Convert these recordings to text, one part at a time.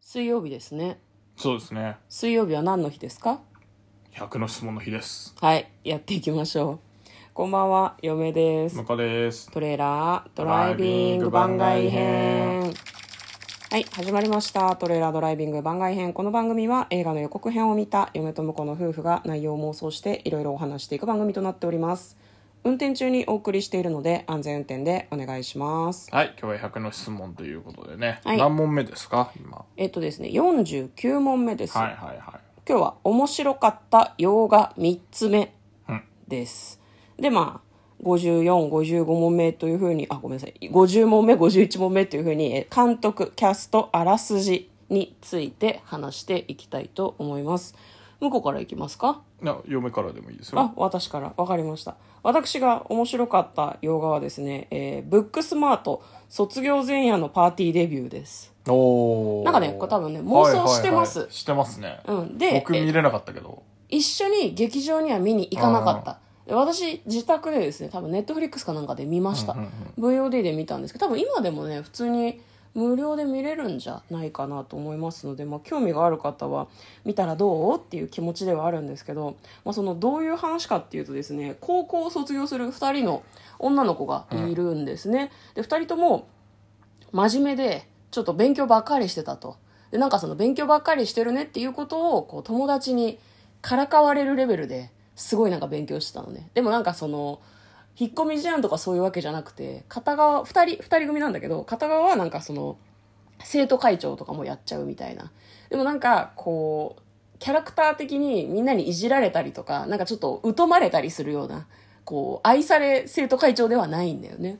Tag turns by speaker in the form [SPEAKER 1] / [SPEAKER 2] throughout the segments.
[SPEAKER 1] 水曜日ですね
[SPEAKER 2] そうですね
[SPEAKER 1] 水曜日は何の日ですか
[SPEAKER 2] 100の質問の日です
[SPEAKER 1] はいやっていきましょうこんばんは嫁です
[SPEAKER 2] 向こうです
[SPEAKER 1] トレーラードライビング番外編はい始まりましたトレーラードライビング番外編この番組は映画の予告編を見た嫁と婿の夫婦が内容を妄想していろいろお話していく番組となっております運転中にお送りしているので安全運転でお願いします
[SPEAKER 2] はい今日は100の質問ということでね、
[SPEAKER 1] はい
[SPEAKER 2] 何問目ですか今
[SPEAKER 1] えっとですね49問目です、
[SPEAKER 2] はいはいは
[SPEAKER 1] 今日は面白かった洋画3つ目
[SPEAKER 2] いうん
[SPEAKER 1] です。で、まあ、54、55問目というふうに、あ、ごめんなさい、50問目、51問目というふうに、えー監督、キャスト、あらすじについて話していきたいと思います。向こうからいきますか
[SPEAKER 2] な嫁からでもいいですよ
[SPEAKER 1] あ、私から。わかりました。私が面白かった洋画はですね、えーブックスマート、卒業前夜のパーティーデビューです。
[SPEAKER 2] おー
[SPEAKER 1] なんかねこれ多分ね妄想してます
[SPEAKER 2] はいはいはいしてますね、
[SPEAKER 1] うんで
[SPEAKER 2] 僕
[SPEAKER 1] え
[SPEAKER 2] 見れなかったけど
[SPEAKER 1] 一緒に劇場には見に行かなかった。で私、自宅でですね、多分ネットフリックスかなんかで見ました。
[SPEAKER 2] うんうん
[SPEAKER 1] VOD で見たんですけど、多分今でもね、普通に無料で見れるんじゃないかなと思いますので、まあ、興味がある方は見たらどうっていう気持ちではあるんですけど、まあ、そのどういう話かっていうとですね、高校を卒業する2人の女の子がいるんですね。で、2人とも真面目でちょっと勉強ばっかりしてたとでなんかその勉強ばっかりしてるねっていうことをこう友達にからかわれるレベルですごいなんか勉強してたのねでもなんかその引っ込み思案とかそういうわけじゃなくて片側2人二人組なんだけど片側はなんかその生徒会長とかもやっちゃうみたいなでもなんかこうキャラクター的にみんなにいじられたりとかなんかちょっと疎まれたりするようなこう愛され生徒会長ではないんだよね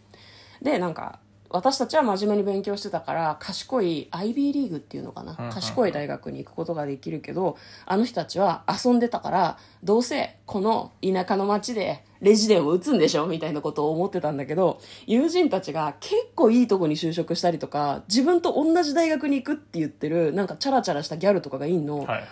[SPEAKER 1] でなんか私たちは真面目に勉強してたから賢い IB リーグっていうのかな、
[SPEAKER 2] うんうん
[SPEAKER 1] 賢い大学に行くことができるけどあの人たちは遊んでたからどうせこの田舎の町でレジデンを打つんでしょみたいなことを思ってたんだけど友人たちが結構いいとこに就職したりとか自分と同じ大学に行くって言ってるなんかチャラチャラしたギャルとかがいんの、
[SPEAKER 2] はいはい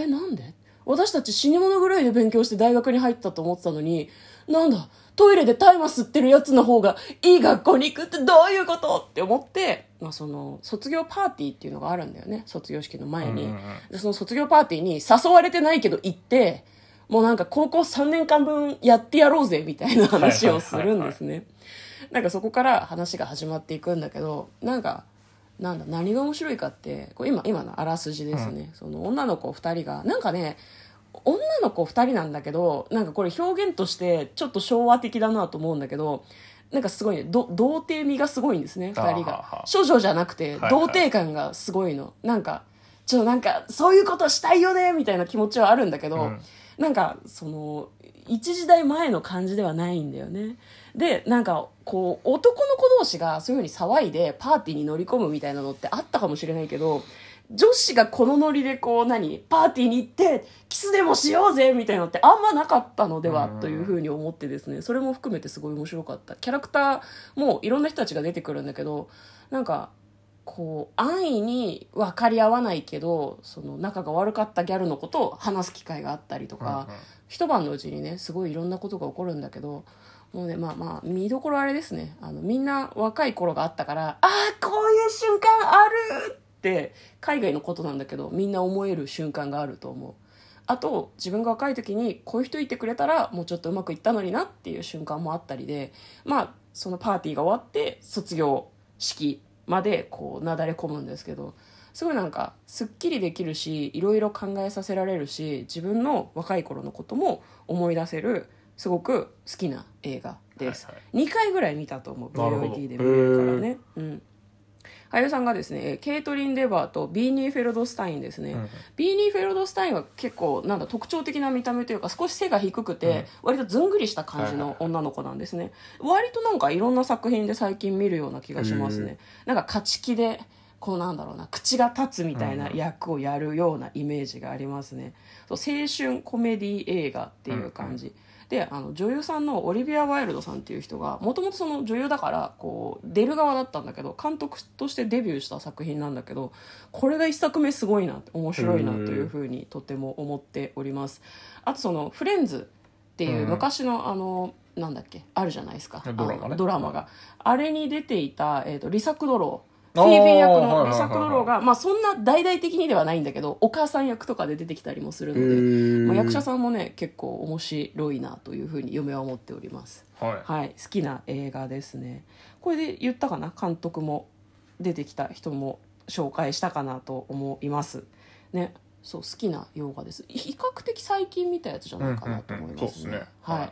[SPEAKER 1] えなんで私たち死に物ぐらいで勉強して大学に入ったと思ってたのになんだトイレで大麻吸ってるやつの方がいい学校に行くってどういうことって思って、まあ、その卒業パーティーっていうのがあるんだよね卒業式の前に、
[SPEAKER 2] うんうんうん
[SPEAKER 1] でその卒業パーティーに誘われてないけど行ってもうなんか高校3年間分やってやろうぜみたいな話をするんですねなんかそこから話が始まっていくんだけどなんかなんだ何が面白いかってこう今今のあらすじですね、その女の子2人がなんかね女の子2人なんだけどなんかこれ表現としてちょっと昭和的だなと思うんだけどなんかすごいねど童貞味がすごいんですね2人
[SPEAKER 2] あはは
[SPEAKER 1] が少女じゃなくて
[SPEAKER 2] はい
[SPEAKER 1] 童貞感がすごいの、なんかちょっとなんかそういうことしたいよねみたいな気持ちはあるんだけど、
[SPEAKER 2] うん
[SPEAKER 1] なんかその一時代前の感じではないんだよねでなんかこう男の子同士がそういうふうに騒いでパーティーに乗り込むみたいなのってあったかもしれないけど女子がこのノリでこう何パーティーに行ってキスでもしようぜみたいなのってあんまなかったのでは
[SPEAKER 2] うん
[SPEAKER 1] というふうに思ってですねそれも含めてすごい面白かったキャラクターもいろんな人たちが出てくるんだけどなんかこう安易に分かり合わないけどその仲が悪かったギャルのことを話す機会があったりとか、
[SPEAKER 2] うんうん
[SPEAKER 1] 一晩のうちにねすごいいろんなことが起こるんだけどもうねまあまあ見どころあれですねあのみんな若い頃があったからああこういう瞬間あるって海外のことなんだけどみんな思える瞬間があると思うあと自分が若い時にこういう人いてくれたらもうちょっとうまくいったのになっていう瞬間もあったりでまあそのパーティーが終わって卒業式までこうなだれ込むんですけどすごいなんかすっきりできるしいろいろ考えさせられるし自分の若い頃のことも思い出せるすごく好きな映画です、
[SPEAKER 2] はいはい
[SPEAKER 1] 2回ぐらい見たと思う
[SPEAKER 2] なるほど
[SPEAKER 1] VOD で見れるからね、うん、俳優さんがですねえーケイトリン・デバーとビーニー・フェルドスタインですね、
[SPEAKER 2] うん
[SPEAKER 1] ビーニー・フェルドスタインは結構なんだ特徴的な見た目というか少し背が低くて、割とずんぐりした感じの女の子なんですね、割となんかいろんな作品で最近見るような気がしますねなんか勝ち気でこうなんだろうな口が立つみたいな役をやるようなイメージがありますね、そう青春コメディ映画っていう感じ、であの女優さんのオリビア・ワイルドさんっていう人がもともとその女優だからこう出る側だったんだけど監督としてデビューした作品なんだけどこれが一作目すごいなって面白いなというふうにとても思っておりますあとその「フレンズ」っていう
[SPEAKER 2] うん
[SPEAKER 1] 昔のあのなんだっけあるじゃないですか
[SPEAKER 2] ドラマね
[SPEAKER 1] あのドラマがあれに出ていた、えー、とリサ・クドローフィービン役
[SPEAKER 2] あーはいはい
[SPEAKER 1] の
[SPEAKER 2] はい
[SPEAKER 1] ルサク・ロロが、まあそんな大々的にではないんだけど、お母さん役とかで出てきたりもするので、まあ、役者
[SPEAKER 2] さ
[SPEAKER 1] さんもね、結構面白いなというふうに嫁は思っております。
[SPEAKER 2] んはい
[SPEAKER 1] はい、好きな映画ですね。これで言ったかな監督も出てきた人も紹介したかなと思います。ね、そう好きな洋画です。比較的最近見たやつじゃないかなと思い
[SPEAKER 2] うんうんう
[SPEAKER 1] ま
[SPEAKER 2] んそうっ
[SPEAKER 1] す
[SPEAKER 2] すね
[SPEAKER 1] ね。は
[SPEAKER 2] はいい。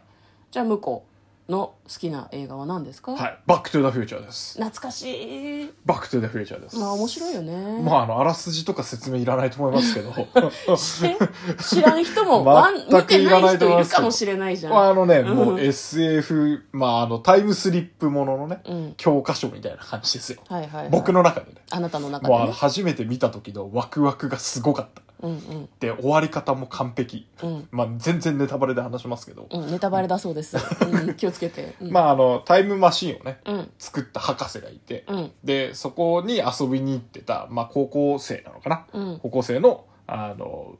[SPEAKER 1] じゃあ向こうの好きな映画は何ですか？
[SPEAKER 2] はいバック・トゥ・ザ・フューチャーです
[SPEAKER 1] 懐かしい。
[SPEAKER 2] バック・トゥ・ザ・フューチャーです
[SPEAKER 1] まあ面白いよね。
[SPEAKER 2] まあ、あの、あらすじとか説明いらないと思いま すけど。
[SPEAKER 1] ね 知らん人もワン見
[SPEAKER 2] 全く
[SPEAKER 1] て
[SPEAKER 2] いら
[SPEAKER 1] な
[SPEAKER 2] ないいと
[SPEAKER 1] 人い
[SPEAKER 2] 思いま
[SPEAKER 1] る
[SPEAKER 2] すけど
[SPEAKER 1] かもしれないじゃ
[SPEAKER 2] まあ、
[SPEAKER 1] ん。
[SPEAKER 2] あのね、
[SPEAKER 1] うん
[SPEAKER 2] もう SF、まあ、あの、タイムスリップもののね、
[SPEAKER 1] うん。
[SPEAKER 2] 教科書みたいな感じですよ。
[SPEAKER 1] はいはい、はい。
[SPEAKER 2] 僕の中でね。
[SPEAKER 1] あなたの中で
[SPEAKER 2] もうあの、
[SPEAKER 1] ね。
[SPEAKER 2] 初めて見た時のワクワクがすごかった。
[SPEAKER 1] うん
[SPEAKER 2] で、終わり方も完璧。
[SPEAKER 1] うんうん。
[SPEAKER 2] まあ、全然ネタバレで話しますけど。
[SPEAKER 1] うん、ネタバレだそうです。うん、気をつけて。うん、
[SPEAKER 2] まあ、あの、タイムマシンをね、
[SPEAKER 1] うん、
[SPEAKER 2] 作った博士がいて、
[SPEAKER 1] うん、
[SPEAKER 2] で、そこに遊びに行ってた、まあ、高校生なのかな。
[SPEAKER 1] うん。
[SPEAKER 2] 高校生の、あの、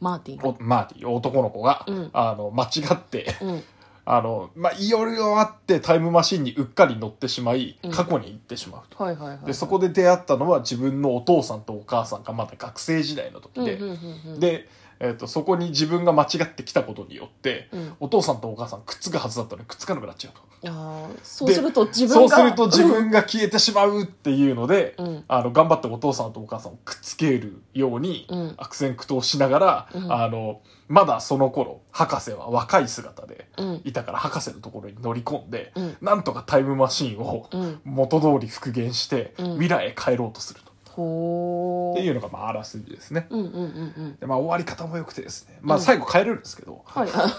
[SPEAKER 1] マーティン。
[SPEAKER 2] おマーティ、男の子が、
[SPEAKER 1] うん
[SPEAKER 2] あの、間違って、
[SPEAKER 1] うん、
[SPEAKER 2] あの、まあ、いろいろあってタイムマシンにうっかり乗ってしまい
[SPEAKER 1] うん、
[SPEAKER 2] 過去に行ってしまうと。
[SPEAKER 1] はいはいはい。
[SPEAKER 2] で、そこで出会ったのは自分のお父さんとお母さんがまだ学生時代の時
[SPEAKER 1] うんうん
[SPEAKER 2] で、
[SPEAKER 1] うんうん、
[SPEAKER 2] で、えっと、そこに自分が間違ってきたことによって、
[SPEAKER 1] うん、
[SPEAKER 2] お父さんとお母さんくっつくはずだったのにくっつかなくなっちゃうと。
[SPEAKER 1] あーそうすると自
[SPEAKER 2] そ
[SPEAKER 1] 分
[SPEAKER 2] う
[SPEAKER 1] が。
[SPEAKER 2] すると自分が消えてしまうっていうので、
[SPEAKER 1] うん
[SPEAKER 2] あの、頑張ってお父さんとお母さんをくっつけるように、
[SPEAKER 1] うん
[SPEAKER 2] 悪戦苦闘しながら、
[SPEAKER 1] うん
[SPEAKER 2] あの、まだその頃、博士は若い姿で、
[SPEAKER 1] うん、
[SPEAKER 2] いたから博士のところに乗り込んで、
[SPEAKER 1] うん
[SPEAKER 2] なんとかタイムマシンを
[SPEAKER 1] うん。
[SPEAKER 2] 元通り復元して、
[SPEAKER 1] うん
[SPEAKER 2] 未来へ帰ろうとすると。
[SPEAKER 1] ほ
[SPEAKER 2] っ
[SPEAKER 1] ー。
[SPEAKER 2] ていうのが、まあ、あらすじですね。
[SPEAKER 1] うんうんうんうん。
[SPEAKER 2] でまあ、終わり方も良くてですね。まあ、
[SPEAKER 1] うん
[SPEAKER 2] 最後帰れるんですけど。
[SPEAKER 1] はいあ。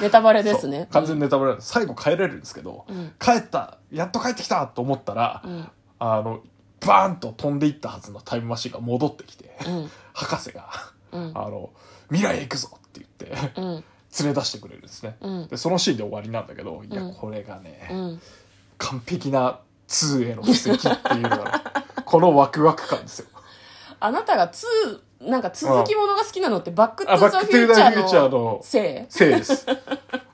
[SPEAKER 1] ネタバレです
[SPEAKER 2] そう
[SPEAKER 1] ね。
[SPEAKER 2] 完全にネタバレなんです。最後帰れるんですけど、
[SPEAKER 1] うん
[SPEAKER 2] 帰った、やっと帰ってきたと思ったら、
[SPEAKER 1] うん
[SPEAKER 2] あの、バーンと飛んでいったはずのタイムマシンが戻ってきて、
[SPEAKER 1] うん
[SPEAKER 2] 博士が、
[SPEAKER 1] うん
[SPEAKER 2] あの、未来へ行くぞって言って、
[SPEAKER 1] うん
[SPEAKER 2] 連れ出してくれるんですね。
[SPEAKER 1] うん
[SPEAKER 2] で、そのシーンで終わりなんだけど、いや
[SPEAKER 1] うん、
[SPEAKER 2] これがね、
[SPEAKER 1] うん。
[SPEAKER 2] 完璧な2への布石っていうのがこのワクワク感ですよ。
[SPEAKER 1] あなたが2、なんか続きものが好きなのって、バック・ト
[SPEAKER 2] あ、
[SPEAKER 1] ゥ・
[SPEAKER 2] バ
[SPEAKER 1] ザ・
[SPEAKER 2] ッ
[SPEAKER 1] フ
[SPEAKER 2] クトゥ
[SPEAKER 1] ュ
[SPEAKER 2] ーザ・
[SPEAKER 1] ー
[SPEAKER 2] フュー
[SPEAKER 1] チ
[SPEAKER 2] チ
[SPEAKER 1] ャ
[SPEAKER 2] ャ
[SPEAKER 1] ー
[SPEAKER 2] ー
[SPEAKER 1] の
[SPEAKER 2] の
[SPEAKER 1] せい。
[SPEAKER 2] せいです。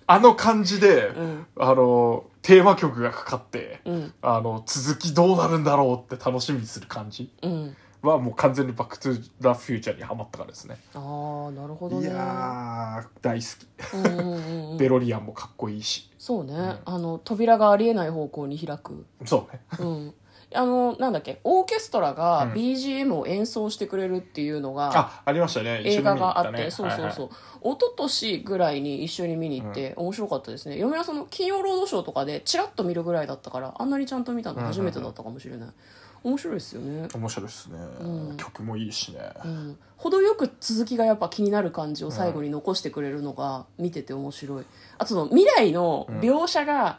[SPEAKER 2] あの感じで、
[SPEAKER 1] うん
[SPEAKER 2] あの、テーマ曲がかかって、
[SPEAKER 1] うん
[SPEAKER 2] あの、続きどうなるんだろうって楽しみにする感じ
[SPEAKER 1] うん。
[SPEAKER 2] はもう完全にバックトゥーザ・フューチャーにハマったからですね。
[SPEAKER 1] ああ、なるほど
[SPEAKER 2] い
[SPEAKER 1] ね。
[SPEAKER 2] やー、大好き。
[SPEAKER 1] うんうんうんうん
[SPEAKER 2] デロリアンもかっこいいし。
[SPEAKER 1] そうね、
[SPEAKER 2] ん
[SPEAKER 1] あの扉がありえない方向に開く、
[SPEAKER 2] そうね。
[SPEAKER 1] うん、あのなんだっけオーケストラ
[SPEAKER 2] う
[SPEAKER 1] が
[SPEAKER 2] ん
[SPEAKER 1] BGM を演奏してくれるっていうのが、
[SPEAKER 2] あ、ありましたね。
[SPEAKER 1] 映画があって、
[SPEAKER 2] 一緒
[SPEAKER 1] そう
[SPEAKER 2] に見に
[SPEAKER 1] そ
[SPEAKER 2] 行
[SPEAKER 1] う
[SPEAKER 2] った
[SPEAKER 1] そ
[SPEAKER 2] ね
[SPEAKER 1] う、一昨年ぐらいに一緒に見に行って、面白かったですね嫁はその「金曜ロードショー」とかでチラッと見るぐらいだったからあんなにちゃんと見たの初めてだったかもしれない、面白いですよね、
[SPEAKER 2] 面白いですね、
[SPEAKER 1] うん
[SPEAKER 2] 曲もいいしね。
[SPEAKER 1] うん、程よく続きがやっぱ気になる感じを最後に残してくれるのが見てて面白いあとその未来の描写が、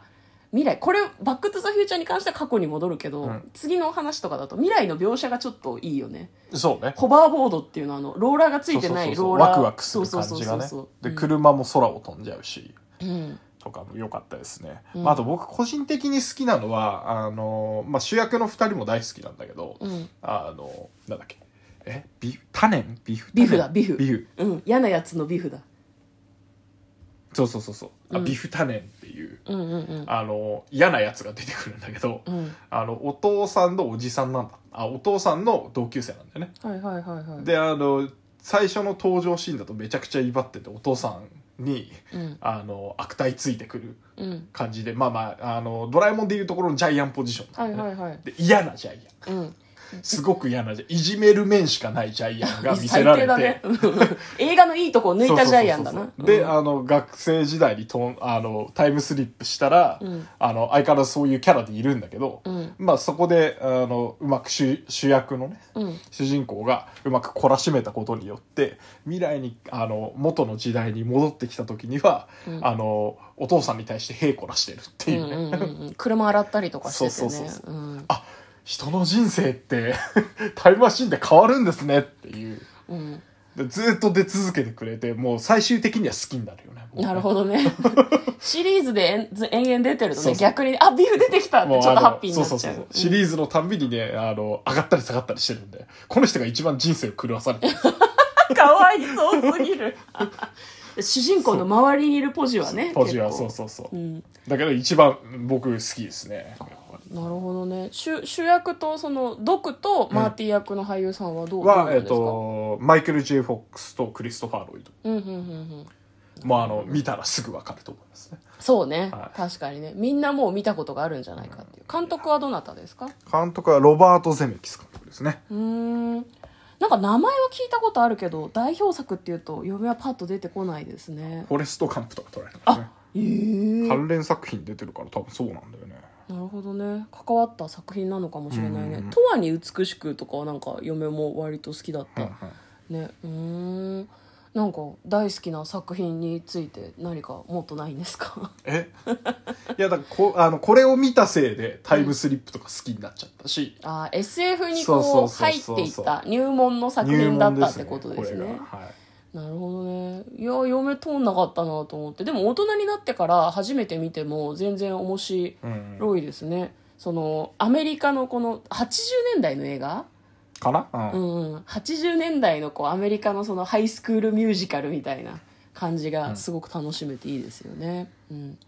[SPEAKER 1] 未来これ「バック・トゥ・ザ・フューチャー」に関しては過去に戻るけど、
[SPEAKER 2] うん
[SPEAKER 1] 次の話とかだと未来の描写がちょっといいよね
[SPEAKER 2] そうね。
[SPEAKER 1] ホバーボードっていうのはあのローラーがついてない
[SPEAKER 2] そうそう
[SPEAKER 1] ローラー
[SPEAKER 2] そうワクワクする感じが
[SPEAKER 1] そ
[SPEAKER 2] ね
[SPEAKER 1] うそうそうそう
[SPEAKER 2] で車も空を飛んじゃうし、
[SPEAKER 1] うん
[SPEAKER 2] とかも良かったですね、
[SPEAKER 1] うん
[SPEAKER 2] まあ、あと僕個人的に好きなのはあの、まあ、主役の2人も大好きなんだけど、
[SPEAKER 1] うん
[SPEAKER 2] あのなんだっけえビタネンビフ
[SPEAKER 1] ビフだビフ
[SPEAKER 2] ビフ
[SPEAKER 1] うん嫌なやつのビフだ
[SPEAKER 2] そうそうそうそう、あ
[SPEAKER 1] うん
[SPEAKER 2] ビフタネンっていう
[SPEAKER 1] うんうんうん
[SPEAKER 2] あの嫌なやつが出てくるんだけど、
[SPEAKER 1] うん
[SPEAKER 2] あのお父さんのおじさんなんだあお父さんの同級生なんだよね
[SPEAKER 1] はいはいはいはい
[SPEAKER 2] であの最初の登場シーンだとめちゃくちゃ威張っててお父さんに
[SPEAKER 1] うん
[SPEAKER 2] あの悪態ついてくる
[SPEAKER 1] うん
[SPEAKER 2] 感じでまあまああのドラえもんでいうところのジャイアンポジショ
[SPEAKER 1] は
[SPEAKER 2] ンだ
[SPEAKER 1] い
[SPEAKER 2] よね、
[SPEAKER 1] はいはい
[SPEAKER 2] で嫌なジャイア
[SPEAKER 1] うん
[SPEAKER 2] ンすごく嫌なジャイアンいじめる面しかないジャイアンが見せ
[SPEAKER 1] 最
[SPEAKER 2] ら
[SPEAKER 1] 低
[SPEAKER 2] れて、
[SPEAKER 1] だね映画のいいとこを抜いたジャイアンだ
[SPEAKER 2] そう
[SPEAKER 1] な
[SPEAKER 2] そうそうそうで、
[SPEAKER 1] うん
[SPEAKER 2] あの学生時代にとんあのタイムスリップしたら、
[SPEAKER 1] うん
[SPEAKER 2] あの相変わらずそういうキャラでいるんだけど、
[SPEAKER 1] うん
[SPEAKER 2] まあ、そこであのうまく主主役のね
[SPEAKER 1] うん
[SPEAKER 2] 主人公がうまく懲らしめたことによって未来にあの元の時代に戻ってきた時には、
[SPEAKER 1] うん
[SPEAKER 2] あのお父さんに対してへいこらしてるって
[SPEAKER 1] う
[SPEAKER 2] い
[SPEAKER 1] ん
[SPEAKER 2] うね、
[SPEAKER 1] うんうんうん車洗ったりとかして
[SPEAKER 2] そう
[SPEAKER 1] て
[SPEAKER 2] そう
[SPEAKER 1] ね
[SPEAKER 2] そう
[SPEAKER 1] うん
[SPEAKER 2] あ人の人生って タイムマシンで変わるんですねっていう
[SPEAKER 1] うん
[SPEAKER 2] でずっと出続けてくれてもう最終的には好きになるよね
[SPEAKER 1] なるほど ねシリーズで延々出てると
[SPEAKER 2] そ
[SPEAKER 1] ね
[SPEAKER 2] うそう
[SPEAKER 1] 逆にあビーフ出てきたって
[SPEAKER 2] もう
[SPEAKER 1] ちょっと
[SPEAKER 2] あの
[SPEAKER 1] ハッピーになっちゃう
[SPEAKER 2] そうそうそうシリーズのたんびにねあの上がったり下がったりしてるんでこの人が一番人生を狂わされてる
[SPEAKER 1] かわいそうすぎる主人公の 周りにいるポジはね
[SPEAKER 2] ポジは
[SPEAKER 1] 結
[SPEAKER 2] そ
[SPEAKER 1] 構
[SPEAKER 2] うそうそう
[SPEAKER 1] うん
[SPEAKER 2] だけど一番僕好きですねやっぱり
[SPEAKER 1] なるほどね主主役とそのドクとマーティ役の俳優さんはどう、どうな
[SPEAKER 2] は、
[SPEAKER 1] ん
[SPEAKER 2] え
[SPEAKER 1] で
[SPEAKER 2] っ
[SPEAKER 1] すか
[SPEAKER 2] と、マイケル・ J ・フォックスとクリストファー・ロイド。
[SPEAKER 1] うんうんうんうん
[SPEAKER 2] まあ、あの、見たらすぐわかると思いますね。
[SPEAKER 1] そうね、
[SPEAKER 2] はい
[SPEAKER 1] 確かにねみんなもう見たことがあるんじゃないかっていう監督はどなたですか
[SPEAKER 2] 監督はロバート・ゼメキス監督ですね。
[SPEAKER 1] うーんなんか名前は聞いたことあるけど代表作っていうと嫁はパッと出てこないですね
[SPEAKER 2] フォレスト・カンプとか撮られてますね。
[SPEAKER 1] えー、
[SPEAKER 2] 関連作品出てるから多分そうなんだよね。
[SPEAKER 1] なるほどね関わった作品なのかもしれないね
[SPEAKER 2] うん
[SPEAKER 1] 「とわに美しく」とかはなんか嫁も割と好きだっ
[SPEAKER 2] うんう
[SPEAKER 1] たねうーんなんか大好きな作品について何かもっとないんですか
[SPEAKER 2] え いやだからこあのこれを見たせいでタイムスリップとか好きになっちゃったし、
[SPEAKER 1] あー SF にこう
[SPEAKER 2] そうそう
[SPEAKER 1] 入
[SPEAKER 2] そう
[SPEAKER 1] っ
[SPEAKER 2] そう
[SPEAKER 1] ていった入門の作品だったってことですね
[SPEAKER 2] 入門これがはい
[SPEAKER 1] なるほどねいや嫁通んなかったなと思ってでも大人になってから初めて見ても全然面白
[SPEAKER 2] うん、
[SPEAKER 1] いですね、そのアメリカのこの80年代の映画
[SPEAKER 2] かな、うん
[SPEAKER 1] うんうん、80年代のこうアメリカのそのハイスクールミュージカルみたいな感じがすごく楽しめていいですよね、うん、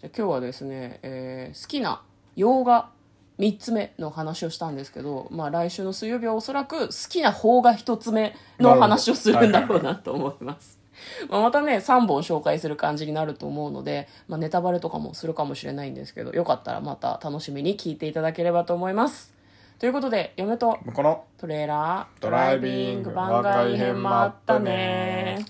[SPEAKER 1] じゃあ今日はですね、えー好きな洋画3つ目の話をしたんですけど、まあ、来週の水曜日はおそらく好きな邦画1つ目の話をするんだろうなと思います。まあまたね3本紹介する感じになると思うので、まあ、ネタバレとかもするかもしれないんですけどよかったらまた楽しみに聞いていただければと思います。ということで嫁と
[SPEAKER 2] この
[SPEAKER 1] トレーラード
[SPEAKER 2] ド
[SPEAKER 1] ラ
[SPEAKER 2] ラ
[SPEAKER 1] イ
[SPEAKER 2] イ
[SPEAKER 1] ビ
[SPEAKER 2] ビ
[SPEAKER 1] ン
[SPEAKER 2] ン
[SPEAKER 1] グ
[SPEAKER 2] グ
[SPEAKER 1] 番外編もあったね